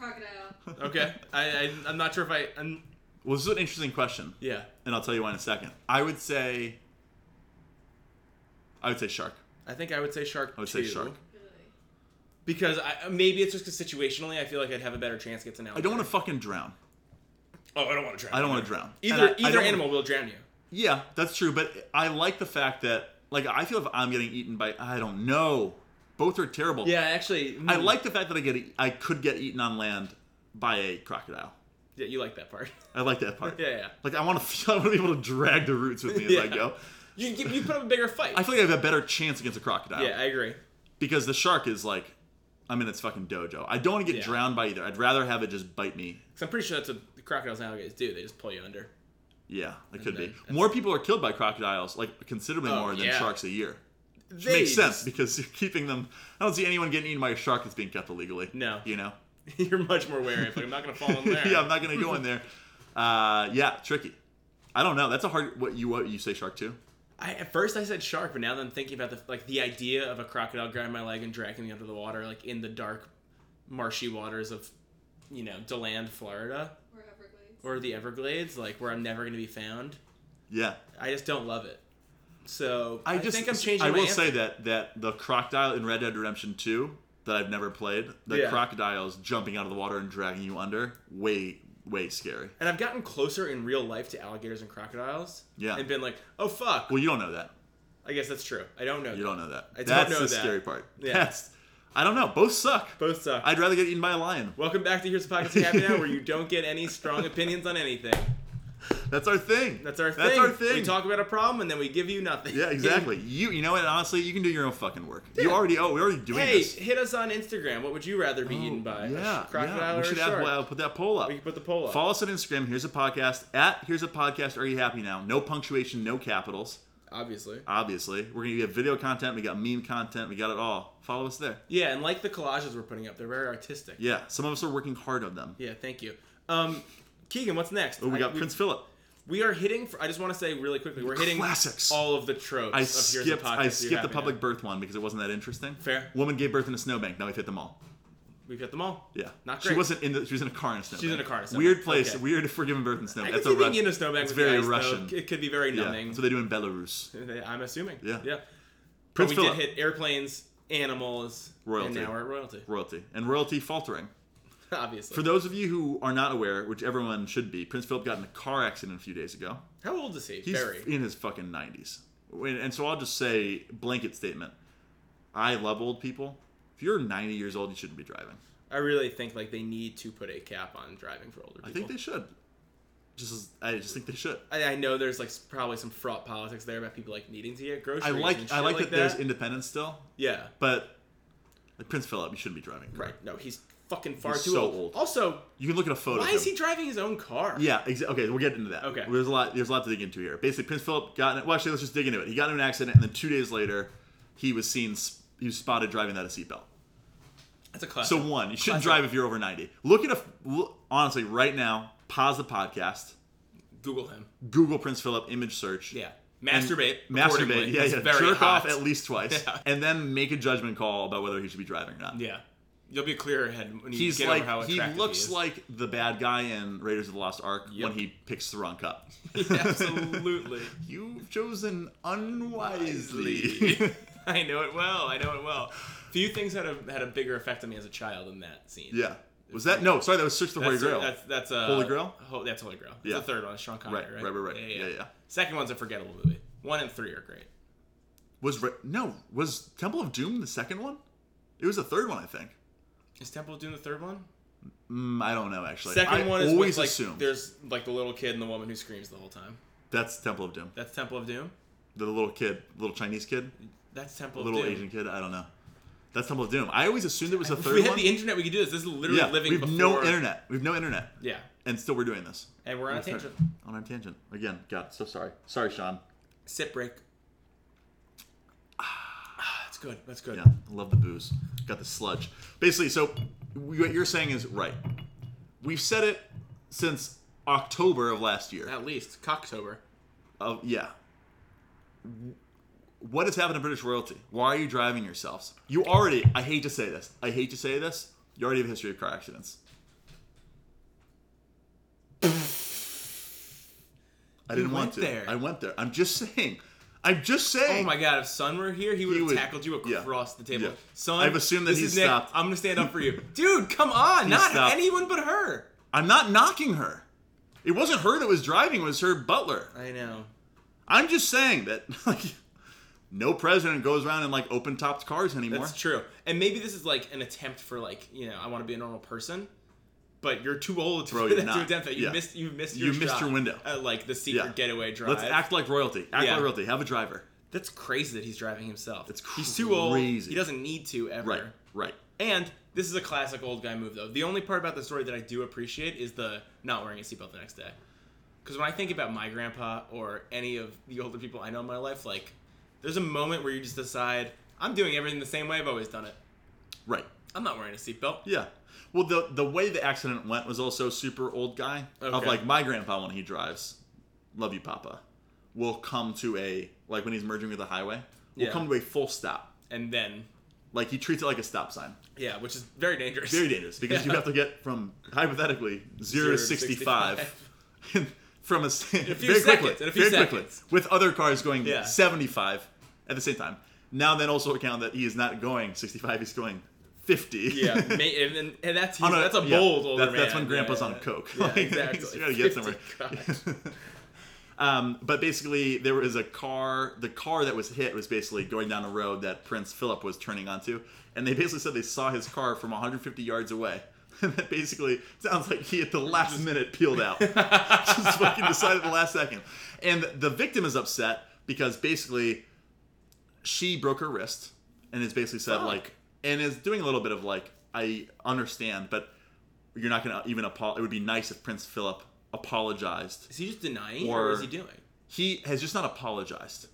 Crocodile.
Okay, I, I I'm not sure if I I'm
Well, this is an interesting question,
Yeah,
and I'll tell you why in a second. I would say, I would say shark.
I think I would say shark.
I would say
two,
shark.
Really.
because I, maybe it's just 'cause situationally I feel like I'd have a better chance against an
I
alligator.
don't want to fucking drown.
Oh, I don't want to drown.
I don't want to drown. And
Either
I- I
either
don't-
animal will drown you.
Yeah, that's true. But I like the fact that, like, I feel if I'm getting eaten by, I don't know. Both are terrible.
Yeah, actually,
I
mm,
like the fact that I get, I could get eaten on land by a crocodile.
Yeah, you like that part.
I like that part.
yeah, yeah.
Like, I want to, I want to be able to drag the roots with me as I
Yeah.
go.
You you you put up a bigger fight.
I feel like I have a better chance against a crocodile.
yeah, I agree.
because the shark is like, I'm in its fucking dojo. I don't want to get
Yeah.
drowned by either. I'd rather have it just bite me.
'Cause I'm pretty sure that's what the crocodiles and alligators do. They just pull you under.
Yeah, it could
then
be.
that's-
More people are killed by crocodiles, like considerably
Oh,
more than
yeah.
sharks a year. Which
They
makes sense
just-
because you're keeping them. I don't see anyone getting eaten by a shark that's being kept illegally.
No.
you know.
You're much more wary. Of, like, I'm not gonna fall in there.
yeah, I'm not gonna go in there. Uh, yeah, tricky. I don't know. That's a hard. What you what you say? Shark too?
I, at first I said shark, but now that I'm thinking about the like the idea of a crocodile grabbing my leg and dragging me under the water, like in the dark, marshy waters of, you know, Deland, Florida,
Or Everglades.
or the Everglades, like where I'm never gonna be found.
Yeah.
I just don't love it. So
I,
I,
just
think I'm changing.
I
my
will
answer.
say that that the crocodile in Red Dead Redemption 2 that I've never played, the
Yeah.
crocodiles jumping out of the water and dragging you under, way way scary.
and I've gotten closer in real life to alligators and crocodiles.
Yeah.
and been like, oh fuck.
Well, you don't know that.
I guess that's true. I don't know.
You don't know that.
I don't
That's
know
the
that.
scary part.
Yeah.
That's I don't know. Both suck.
Both suck.
I'd rather get eaten by a lion.
Welcome back to Here's the Pockets of Happy Hour, where you don't get any strong opinions on anything.
That's our thing.
That's our thing.
That's our thing.
We talk about a problem and then we give you nothing.
yeah, exactly. You you know what? Honestly, you can do your own fucking work. You
Yeah.
already oh, we're already doing
Hey,
this.
hit us on Instagram. What would you rather be
Oh,
eaten by?
yeah,
a sh- crocodile
yeah.
or
We
a
should have
shark?
well, put that poll up.
we can put the poll up.
Follow us on Instagram. Here's a podcast at Here's a Podcast. Are you happy now? No punctuation, no capitals.
Obviously.
Obviously, we're gonna get video content. We got meme content. We got it all. Follow us there.
Yeah, and like the collages we're putting up, they're very artistic. Yeah,
Yeah, some of us are working hard on them.
thank you. Um, Keegan, what's next?
Oh, we
I-
got Prince Philip.
We are hitting. For, I just want to say really quickly, we're hitting
Classics.
all of the tropes.
I
of Here's
skipped.
a podcast
I
You're
skipped the
Happy
public
Now.
birth one because it wasn't that interesting.
Fair.
Woman gave birth in a snowbank. Now we've hit them all.
We've hit them all.
Yeah.
Not
She
great.
wasn't in the. She was in a car in a snowbank.
in a car in a snowbank.
Weird place.
Okay.
Weird for giving birth in a
I
snowbank.
can
That's
see
a
being
Rus-
in a snowbank.
It's
with the
very
ice, though.
Russian.
It could be very
Yeah.
numbing.
That's what they do in Belarus.
I'm assuming.
Yeah.
Yeah. but
Prince
we
Philip.
did hit airplanes, animals,
Royalty.
and now we're at royalty.
royalty and royalty faltering.
Obviously.
For those of you who are not aware, which everyone should be, Prince Philip got in a car accident a few days ago.
How old is he?
He's
Very.
in his fucking 90s. And, and so I'll just say, blanket statement I love old people. If you're 90 years old, you shouldn't be driving.
I really think like they need to put a cap on driving for older people.
I think they should. Just as, I just think they should.
I, I know there's like s- probably some fraught politics there about people like needing to get
I
groceries.
like
and
I
shit
like, that, there's
that.
independence still,
yeah.
but like Prince Philip, you shouldn't be driving. a car.
Right. No, he's fucking far
He's
too
so
old.
old.
Also,
You can look at a photo.
why
of
is
him.
he driving his own car?
Yeah, exa- okay, we'll get into that.
Okay.
There's a lot there's a lot to dig into here. Basically Prince Philip got in well actually let's just dig into it. He got in an accident and then 2 days later he was seen sp- he was spotted driving without a seatbelt.
That's a classic.
So one, you shouldn't
Classic.
drive if you're over 90. Look at a look, honestly right now, pause the podcast,
Google him.
Google Prince Philip image search.
Yeah.
and
Masturbate. accordingly.
Masturbate. Yeah,
It's
yeah.
Very
Jerk
hot.
off at least twice
Yeah.
and then make a judgment call about whether he should be driving or not.
Yeah. You'll be clearer head when you
He's
get
like
over how
he
attractive
looks
is.
like the bad guy in Raiders of the Lost Ark
Yep.
when he picks the wrong cup.
Absolutely.
You've chosen unwisely.
I know it well. I know it well. Few things had a had a bigger effect on me as a child than that scene.
yeah. Was that no? Sorry, that was Search for the Holy
that's
Grail.
That's that's a
Holy Grail?
Ho, that's Holy Grail. That's
Yeah.
The third one, is Sean Connery.
right,
Right,
right, right, right. Yeah, yeah.
Second one's a forgettable movie. One and three are great.
Was Ra- no? Was Temple of Doom the second one? It was the third one, I think.
Is Temple doing the third one?
Mm, I don't know actually.
Second
I
one is
always
with, like
assumed
there's like the little kid and the woman who screams the whole time.
that's Temple of Doom.
That's Temple of Doom.
The little kid, little Chinese kid,
That's Temple
little
of Doom.
Asian kid. I don't know. That's Temple of Doom. I always assumed it was the
If
third
we had
one.
the internet, we could do this. This is literally
yeah,
living
we've
before.
no internet. We've no internet,
Yeah,
and still we're doing this.
and we're on a
That's right.
tangent.
On our tangent again. God, so sorry. Sorry, Sean.
Sip break. Ah, that's good. That's good.
Yeah, I love the booze. Got the sludge. Basically, so what you're saying is right. We've said it since October of last year.
At least Cocktober.
Of yeah. What has happened to British royalty? Why are you driving yourselves? You already. I hate to say this. I hate to say this. You already have a history of car accidents. I didn't
You
want
went
to.
there.
I went there. I'm just saying. I'm just saying.
Oh my god, if Son were here, he would
He
have
would-
tackled you
yeah.
across the table.
Yeah.
Son,
I've assumed that
this
he
is Nick.
stopped.
I'm gonna stand up for you, dude. Come on, not
stopped.
anyone but her.
I'm not knocking her. It wasn't her that was driving. It was her butler.
I know.
I'm just saying that like no president goes around in like open topped cars anymore.
That's true. And maybe this is like an attempt for like, you know, I want to be a normal person, but you're too old to,
Bro,
to
you're not.
attempt that. You
Yeah.
missed you missed your
You missed
shot
your window.
at, like the secret
Yeah.
getaway drive.
Let's act like royalty. Act
Yeah.
like royalty. Have a driver.
That's crazy that he's driving himself.
That's
He's too old.
crazy.
He doesn't need to ever.
Right. Right.
And this is a classic old guy move though. The only part about the story that I do appreciate is the not wearing a seatbelt the next day. Cuz when I think about my grandpa or any of the older people I know in my life like there's a moment where you just decide I'm doing everything the same way I've always done it.
Right.
I'm not wearing a seatbelt.
Yeah. Well, the the way the accident went was also super old guy. Of
Okay.
like my grandpa when he drives, love you, Papa, will come to a like when he's merging with the highway, will
Yeah.
come to a full stop.
and then
Like he treats it like a stop sign.
yeah, which is very dangerous.
Very dangerous because you
Yeah.
have to get from hypothetically zero, to sixty five. from a, very
few
quickly,
seconds, in a few
very quickly,
seconds.
with other cars going
Yeah.
75 at the same time. Now then, also account that he is not going 65; he's going 50.
yeah, ma- and, and, and that's he's,
On a-
that's a bold
yeah,
older
that's,
man.
That's when
Yeah,
Grandpa's
yeah,
on
yeah.
coke.
Yeah,
Like,
exactly.
he's gotta get
50
somewhere.
God.
um, but basically, there was a car. The car that was hit was basically going down a road that Prince Philip was turning onto, and they basically said they saw his car from 150 yards away. And that basically sounds like he at the last minute peeled out. Just fucking decided at the last second. And the victim is upset because basically she broke her wrist and has basically said
Fuck.
like and is doing a little bit of like I understand, but you're not gonna even apologize. It would be nice if Prince Philip apologized.
Is he just denying or, or
Or-
is he doing?
He has just not apologized.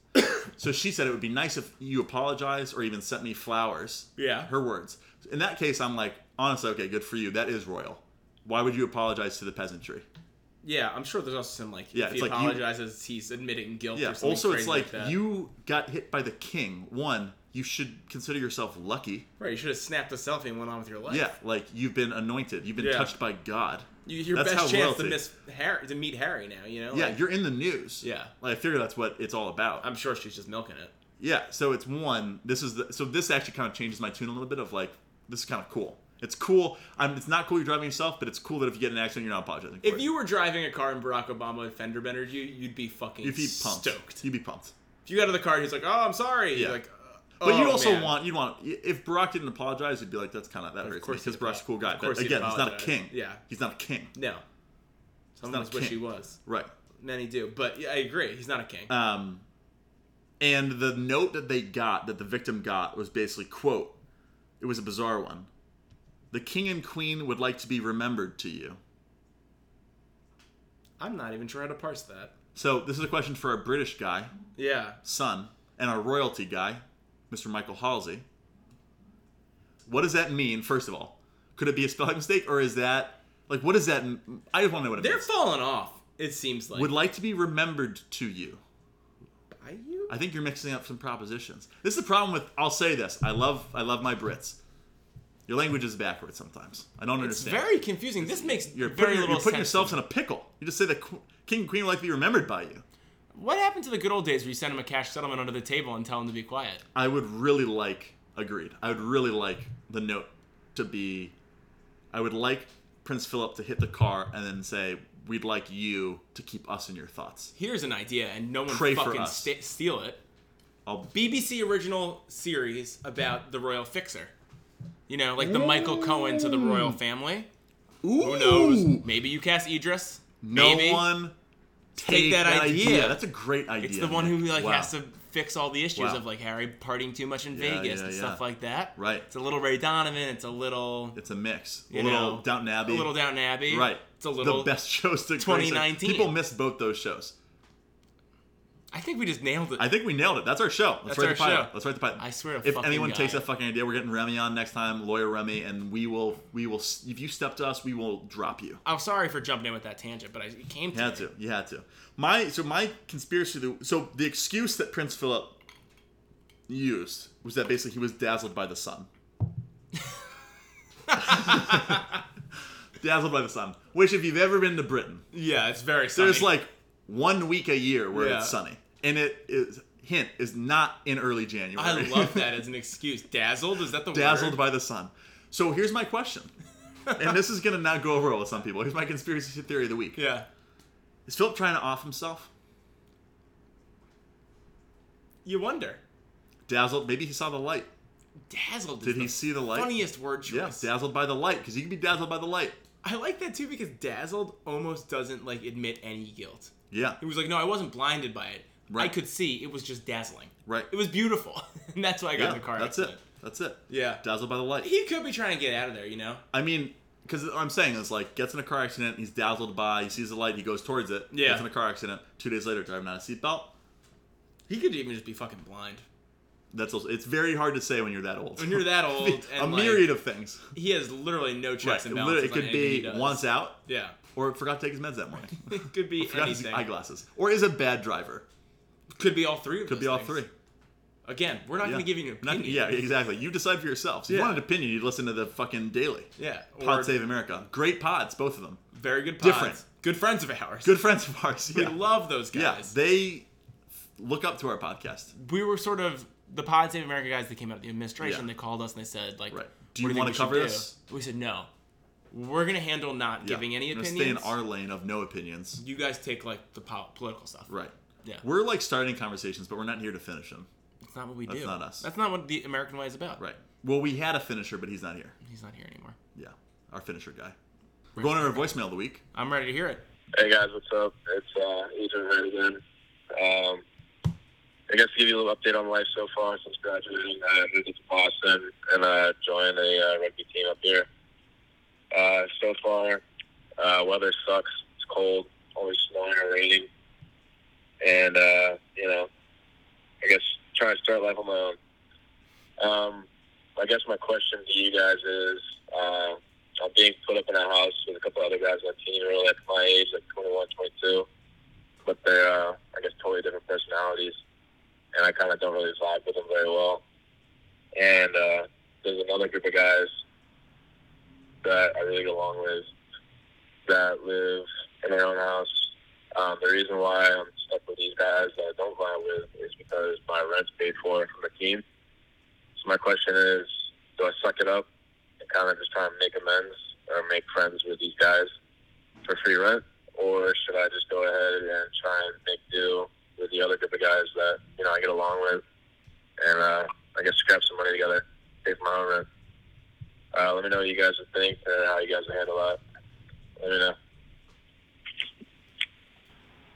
so she said it would be nice if you apologized or even sent me flowers.
Yeah.
her words. In that case, I'm like honestly, okay, good for you. That is royal. Why would you apologize to the peasantry?
Yeah, I'm sure there's also some like
Yeah,
if
it's
he
like you-
apologizes, he's admitting guilt.
Yeah.
Or something
Also, it's
crazy
like,
that.
you got hit by the king. One, you should consider yourself lucky.
right. You should have snapped a selfie and went on with your life.
Yeah, like you've been anointed. You've been
Yeah.
touched by God.
you, your
That's
best
how
chance
royalty-
to miss Harry to meet Harry now. You know.
Yeah,
Like,
you're in the news.
Yeah.
Like, I figure that's what it's all about.
I'm sure she's just milking it.
yeah, so it's one. This is the, so this actually kind of changes my tune a little bit of like this is kind of cool. It's cool. I'm, it's not cool you're driving yourself, but it's cool that if you get in an accident, you're not apologizing. For
If
it.
you were driving a car and Barack Obama had fender bendered you, you'd be fucking
you'd be pumped,
stoked.
you'd be pumped.
If you got out of the car and he's like, "Oh, I'm sorry,"
Yeah.
you're like,
But
"Oh,
you'd also
man."
want you'd want if Barack didn't apologize, you'd be like, that's kind of that hurts
course
because
he'd
Barack's a cool guy.
Of course
but
he'd
again, he's not a
apologize.
king.
Yeah.
he's not a king.
No. Some
not
of us
a
wish he
king.
was.
Right.
Many do, but yeah, I agree. He's not a king.
Um, and the note that they got, that the victim got, was basically quote. It was a bizarre one. The king and queen would like to be remembered to you.
I'm not even sure how to parse that.
So this is a question for our British guy,
Yeah.
son, and our royalty guy, Mr. Michael Halsey. What does that mean? First of all, could it be a spelling mistake, or is that like what does that? m- I just want to know what it
They're
means.
falling off, it seems like.
would like to be remembered to you.
Are you?
I think you're mixing up some propositions. This is the problem with. I'll say this. I love. I love my Brits. Your language is backwards sometimes. I don't
It's
understand.
very confusing. This makes
You're
very
putting,
little
you're putting
sense.
yourselves in a pickle. You just say that qu- king and queen would like to be remembered by you.
What happened to the good old days where you send him a cash settlement under the table and tell him to be quiet?
I would really like. Agreed. I would really like the note to be. I would like Prince Philip to hit the car and then say, "We'd like you to keep us in your thoughts."
Here's an idea, and no one
Pray for
fucking
us.
sta- steal it.
I'll
BBC original series about the royal fixer. You know, like the Michael Cohen to the royal family. Who knows? Maybe you cast Idris.
No
Maybe.
one take,
that idea.
That's a great idea.
It's the one who
Nick.
like
Wow.
has to fix all the issues
Wow.
of like Harry partying too much in
Yeah,
Vegas
yeah,
and
yeah.
stuff like that.
Right.
It's a little Ray Donovan. It's a little
It's a mix. A
You
little
know,
Downton Abbey.
a little Downton Abbey.
Right.
It's a little.
the best shows to grace it.
2019.
People miss both those shows.
I think we just nailed it.
I think we nailed it. That's our show. Let's
That's
write
our
the pilot.
show.
Let's write the pilot.
I swear to
If
fucking
anyone
God.
takes that fucking idea, we're getting Remy on next time, lawyer Remy, and we will we will s- if you step to us, we will drop you.
I'm sorry for jumping in with that tangent, but I it came to.
You had
me.
to. You had to. My so my conspiracy. the- So the excuse that Prince Philip used was that basically he was dazzled by the sun. dazzled by the sun. Which, if you've ever been to Britain,
Yeah, it's very.
there's
sunny.
like one week a year where
Yeah.
it's sunny, and it is hint is not in early January.
I love that as an excuse. Dazzled? Is that the
dazzled
word?
by the sun. So here's my question, and this is gonna not go over well with some people. Here's my conspiracy theory of the week:
Yeah.
Is Philip trying to off himself?
You wonder.
Dazzled? Maybe he saw the light.
Dazzled.
Did
is
he
the
see the light?
Funniest word choice.
Yeah, dazzled by the light, because you can be dazzled by the light.
I like that too because dazzled almost doesn't like admit any guilt.
Yeah,
He was like, no, I wasn't blinded by it. I
Right.
could see. It was just dazzling.
right.
It was beautiful, and that's why I got
Yeah,
in the car.
that's it.
accident.
That's it.
Yeah.
Dazzled by the light.
He could be trying to get out of there, you know.
I mean, because what I'm saying is like gets in a car accident, he's dazzled by, he sees the light, he goes towards it.
Yeah.
Gets in a car accident. Two days later, driving not a seatbelt.
He could even just be fucking blind.
That's also, it's very hard to say when you're that old.
When you're that old,
a
and, like,
myriad of things.
He has literally no checks
Right.
and
It literally-
balances.
it
on
could
anything he
be
does.
once out
Yeah,
or forgot to take his meds that morning.
it could be
forgot his
anything.
eyeglasses, or is a bad driver.
Could be all three. Of
Could
those
be all
things.
three.
Again, we're not
Yeah.
going to give you an
Not-
opinion.
yeah, exactly. You decide for yourself. So
Yeah.
you want an opinion, you listen to the fucking daily.
yeah.
Pod
or
Save America. Great pods, both of them.
Very good. Pods.
Different.
Good friends of ours.
Good friends of ours.
We
Yeah.
love those
yeah,
guys.
they look up to our podcast.
we were sort of the Pod Save America guys that came out of the administration.
Yeah.
They called us and they said, like,
Right.
what
Do you
think
wanna
we should
cover
do?"
this?
We said no. We're gonna handle not
Yeah.
giving any
We're gonna
opinions.
Stay in our lane of no opinions.
you guys take like the po- political stuff.
Right.
Yeah.
We're like starting conversations, but we're not here to finish them.
That's not what we
That's
do.
not us.
That's not what the American way is about.
Right. Well, we had a finisher, but he's not here.
He's not here anymore.
Yeah. Our finisher guy. We're going over voicemail of the week.
I'm ready to hear it.
Hey guys, what's up? It's uh, Adrian Wright again. Um, I guess to give you a little update on life so far since graduating, I moved to Boston and uh, joined a uh, rugby team up here. Uh, so far, uh, weather sucks. It's cold, always snowing or raining, and uh, you know, I guess trying to start life on my own. Um, I guess my question to you guys is. Uh, I'm being put up in a house with a couple other guys on my team really like my age, like 21, 22. But they're, uh, I guess, totally different personalities. And I kind of don't really vibe with them very well. And uh, there's another group of guys that I really get along with that live in their own house. Um, the reason why I'm stuck with these guys that I don't vibe with is because my rent's paid for from the team. So my question is, do I suck it up and kind of just try and make amends or make friends with these guys for free rent? Or should I just go ahead and try and make do with the other group of guys that, you know, I get along with and uh, I guess scrap some money together, pay for my own rent? Uh, let me know what you guys would think and how you guys would handle that. Let me know.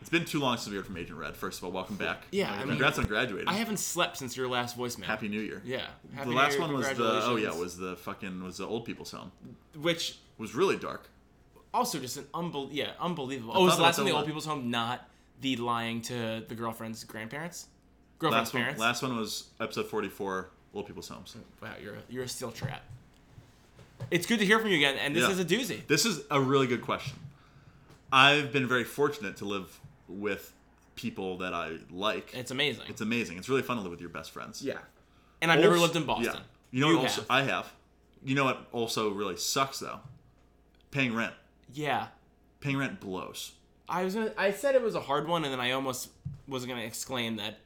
It's been too long since we heard from Agent Red. First of all, welcome back.
Yeah, I mean-
congrats on graduating.
I haven't slept since your last voicemail.
Happy New Year.
Yeah. Happy
the
New
last
Year,
one was the oh yeah
congratulations.
was the fucking was the old people's home.
which
It was really dark.
also just an unbel yeah unbelievable. Oh, was
thought
the
about
last one
the
the old
one-
people's home, not the lying to the girlfriend's grandparents, girlfriend's
Last one,
parents.
last one was episode forty four, old people's homes.
Wow, you're a, you're a steel trap. It's good to hear from you again, and this
Yeah.
is a doozy.
This is a really good question. I've been very fortunate to live with people that I like.
It's amazing.
It's amazing. It's really fun to live with your best friends.
yeah, and I've never
Also-
lived in Boston.
Yeah. You know
You
what? Also,
have.
I have. You know what? Also, really sucks though. Paying rent.
Yeah,
Paying rent blows.
I was gonna. I said it was a hard one, and then I almost was gonna exclaim that.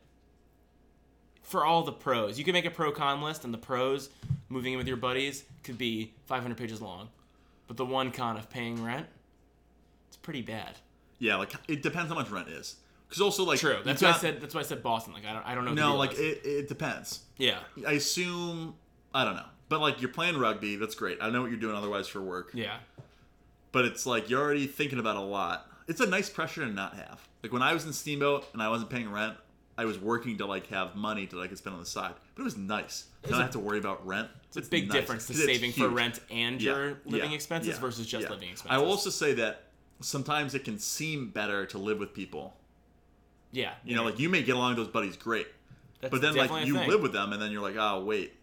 For all the pros, you can make a pro con list, and the pros moving in with your buddies could be 500 pages long, but the one con of paying rent, it's pretty bad.
Yeah, like it depends how much rent is. Because also like
True.
you've
That's why I
got-
said. That's why I said Boston. Like I don't. I don't know. what the
no.
deal
Like
is.
it, it depends.
yeah,
I assume I don't know, but like you're playing rugby. That's great. I know what you're doing otherwise for work.
yeah,
But it's like you're already thinking about a lot. It's a nice pressure to not have. Like when I was in Steamboat and I wasn't paying rent, I was working to like have money that I could spend on the side. But it was nice. I
a-
don't have to worry about rent.
it's a big difference to saving for rent and your living expenses versus just living expenses.
I will also say that sometimes it can seem better to live with people.
Yeah,
You know, like you may get along with those buddies great,
That's
but then
definitely
like
a
you
thing.
live with them and then you're like, oh wait,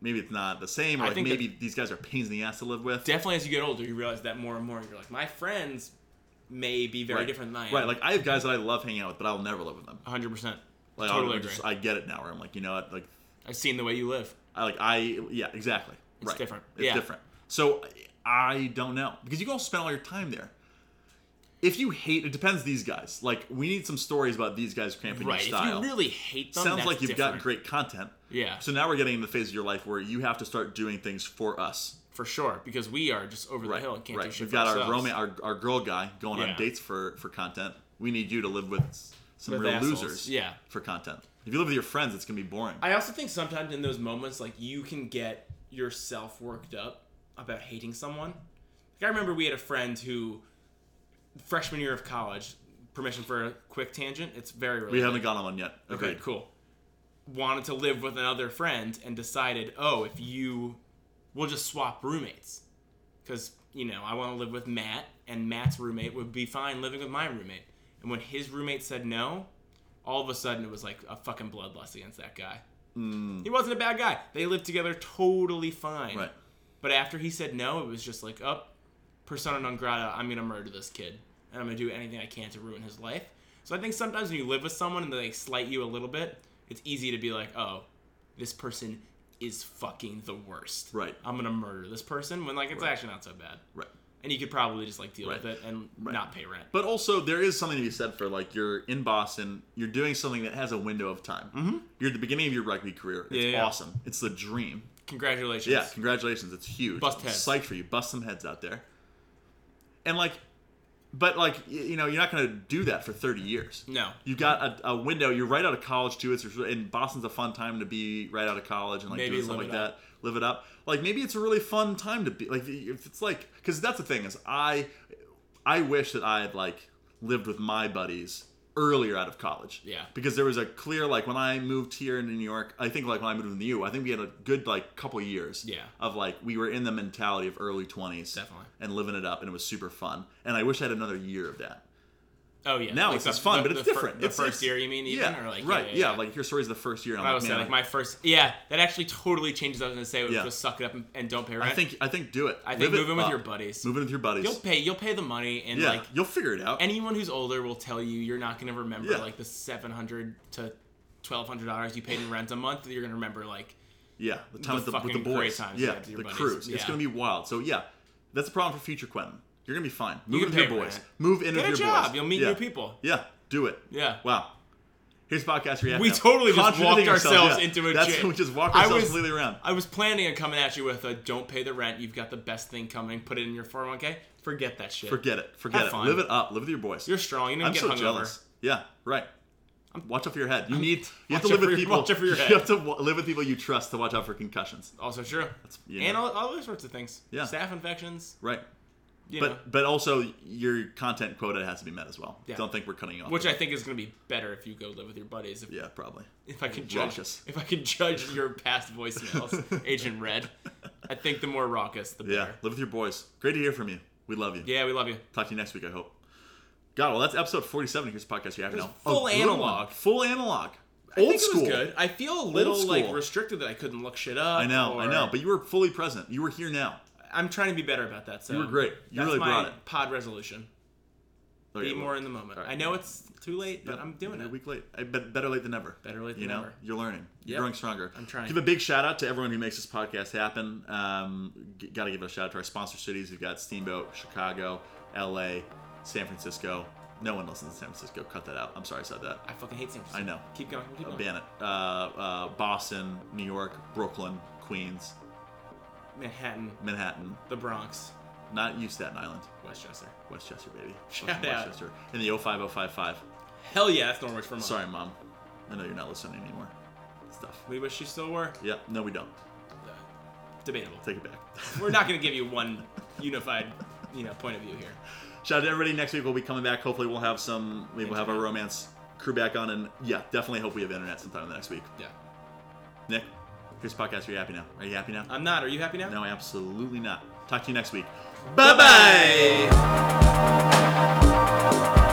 maybe it's not the same, or
I
like
think that-
maybe these guys are pains in the ass to live with.
Definitely, as you get older, you realize that more and more. You're like, my friends may be very
right.
different than I am.
Right, like I have guys that I love hanging out with, but I'll never live with them.
100. percent
Like
Totally
i
agree.
just I get it now, where I'm like, you know what, like
I've seen the way you live.
I like I yeah exactly.
It's
right.
different.
It's
Yeah.
different. So I don't know because you can also spend all your time there. if you hate, it depends. These guys, like, we need some stories about these guys cramping
right.
your style.
If you really hate them,
Sounds
that's
like you've got
different.
great content.
Yeah,
So now we're getting in the phase of your life where you have to start doing things for us.
for sure. Because we are just over the hill and can't do shit.
We've
for
got our
ourselves.
romance, our, our girl guy going
Yeah.
on dates for for content. We need you to live with s- some
With
real
assholes,
losers.
yeah.
For content, if you live with your friends, it's gonna be boring.
I also think sometimes in those moments, like you can get yourself worked up about hating someone. Like I remember we had a friend who, freshman year of college, permission for a quick tangent. It's very
we
related.
haven't gone on one yet.
okay,
Agreed.
cool. Wanted to live with another friend and decided, oh, if you, we'll just swap roommates, because you know I want to live with Matt, and Matt's roommate would be fine living with my roommate. And when his roommate said no, all of a sudden it was like a fucking bloodlust against that guy. He wasn't a bad guy. They lived together totally fine.
Hmm. Right.
But after he said no, it was just like, oh, persona non grata, I'm gonna murder this kid, and I'm gonna do anything I can to ruin his life. So I think sometimes when you live with someone and they slight you a little bit, it's easy to be like, oh, this person is fucking the worst.
Right.
I'm gonna murder this person when like it's actually not so bad,
Right.
and you could probably just like deal
Right.
with it and
Right.
not pay rent.
But also, there is something to be said for like you're in Boston, you're doing something that has a window of time. Mm-hmm. You're at the beginning of your rugby career. It's
Yeah, yeah.
awesome. It's the dream.
Congratulations.
Yeah, congratulations. It's huge.
Bust
I'm
heads.
Psyched for you. Bust some heads out there. And like, but like, y- you know, you're not going to do that for 30 years.
No.
You got a, a window. You're right out of college too. It's and Boston's a fun time to be right out of college and like
Maybe
do stuff
live
like
it
that, live it up. Like maybe it's a really fun time to be like if it's like because that's the thing is I I wish that I had like lived with my buddies earlier out of college.
Yeah.
Because there was a clear like when I moved here in New York, I think like when I moved to the U, I think we had a good like couple years.
Yeah.
Of like we were in the mentality of early twenties.
Definitely.
And living it up and it was super fun. And I wish I had another year of that.
Oh yeah.
Now
Like,
it's
the-
just fun,
the-
but it's
the fir-
different.
the
It's-
first
it's-
year, you mean? Even,
yeah,
Or like
right. Yeah, like your stories of the first year. And I'm
I
like,
was saying,
man,
like my first, yeah, that actually totally changes. what I was gonna say, which
Yeah.
was suck it up and, and don't pay rent.
I think I think do it.
I think
Live it
moving with
up.
your buddies.
Moving with your buddies.
You'll pay. You'll pay the money, and
yeah,
like
you'll figure it out.
anyone who's older will tell you, you're not gonna remember
Yeah.
like the seven hundred to twelve hundred dollars you paid in rent a month. You're gonna remember like
yeah, the time
the
with the, with the
fucking
boys.
great times you
yeah,
had with your
the
buddies.
cruise. It's
Yeah.
gonna be wild. So yeah, that's a problem for future Quentin. You're gonna be fine. Move
can
in with your
pay
boys.
rent.
Move in
get a
with your
job.
boys.
You'll meet
yeah.
new people.
Yeah, do it.
Yeah.
Wow. Here's podcast reaction.
We totally just walked ourselves into a
That's
jam.
we just walked
I
ourselves
was-
completely around.
I was planning on coming at you with a don't pay the rent. You've got the best thing coming. Put it in your 401k. Forget that shit.
Forget it. Forget
Have
it.
fun.
Live it up. Live with your boys.
You're strong. You don't
I'm
get
so
hungover.
jealous. Yeah, right. watch out for your head. You need you
watch
have to
out
live
for
with
your-
people.
watch out for your
You
head.
have to w- live with people you trust to watch out for concussions.
Also true.
you
And
know.
all, all those sorts of things.
Yeah.
Staph infections.
Right.
You
but
know.
but also your content quota has to be met as well.
Yeah.
Don't think we're cutting you off.
Which I think is going to be better if you go live with your buddies. If,
yeah, probably.
if I can judge,
Raucous.
if I can judge your past voicemails, Agent Red, I think the more raucous, the
Yeah,
better.
live with your boys. Great to hear from you. We love you.
Yeah, we love you.
Talk to you next week, I hope. God, well, that's episode 47. Here's the podcast you have now.
full
A good one.
analog.
Full analog.
I
Old
think it was
school.
good. I feel a little like
school.
restricted that I couldn't look shit up.
I know, I
or-
know. But you were fully present. You were here now.
I'm trying to be better about that. So
You were great. You
that's
really
my
brought it.
Pod resolution.
Okay,
Be
well,
more in the moment.
Alright.
I know it's too late, but
yeah,
I'm doing
you're
it.
A week late. I bet, better late than never.
Better late
you
than
know,
ever.
You're learning. You're
Yep.
growing stronger.
I'm trying.
Give a big shout out to everyone who makes this podcast happen. Um, Got to give a shout out to our sponsor cities. We've got Steamboat, Chicago, L.A., San Francisco. No one listens to San Francisco. Cut that out. I'm sorry I said that.
I fucking hate San
I
Francisco.
know.
Keep going. Keep
Uh,
going.
Ban it. Uh, uh, Boston, New York, Brooklyn, Queens,
Manhattan,
Manhattan.
the Bronx,
Not you, Staten Island.
Westchester.
Westchester, baby.
Shout
Fucking
out.
Westchester. In the 05055.
Hell yeah, that's Norwich, Vermont.
Sorry, Mom. I know you're not listening anymore. Stuff.
We wish you still were.
Yeah, no, we don't.
Debatable.
Take it back.
We're not going to give you one unified, you know, point of view here.
Shout out to everybody. Next week we'll be coming back. Hopefully we'll have some. Maybe we'll have our romance crew back on, and yeah, definitely hope we have internet sometime in the next week.
Yeah.
Nick, here's the podcast. Are you happy now? Are you happy now?
I'm not. Are you happy now?
No, absolutely not. Talk to you next week. Bye bye.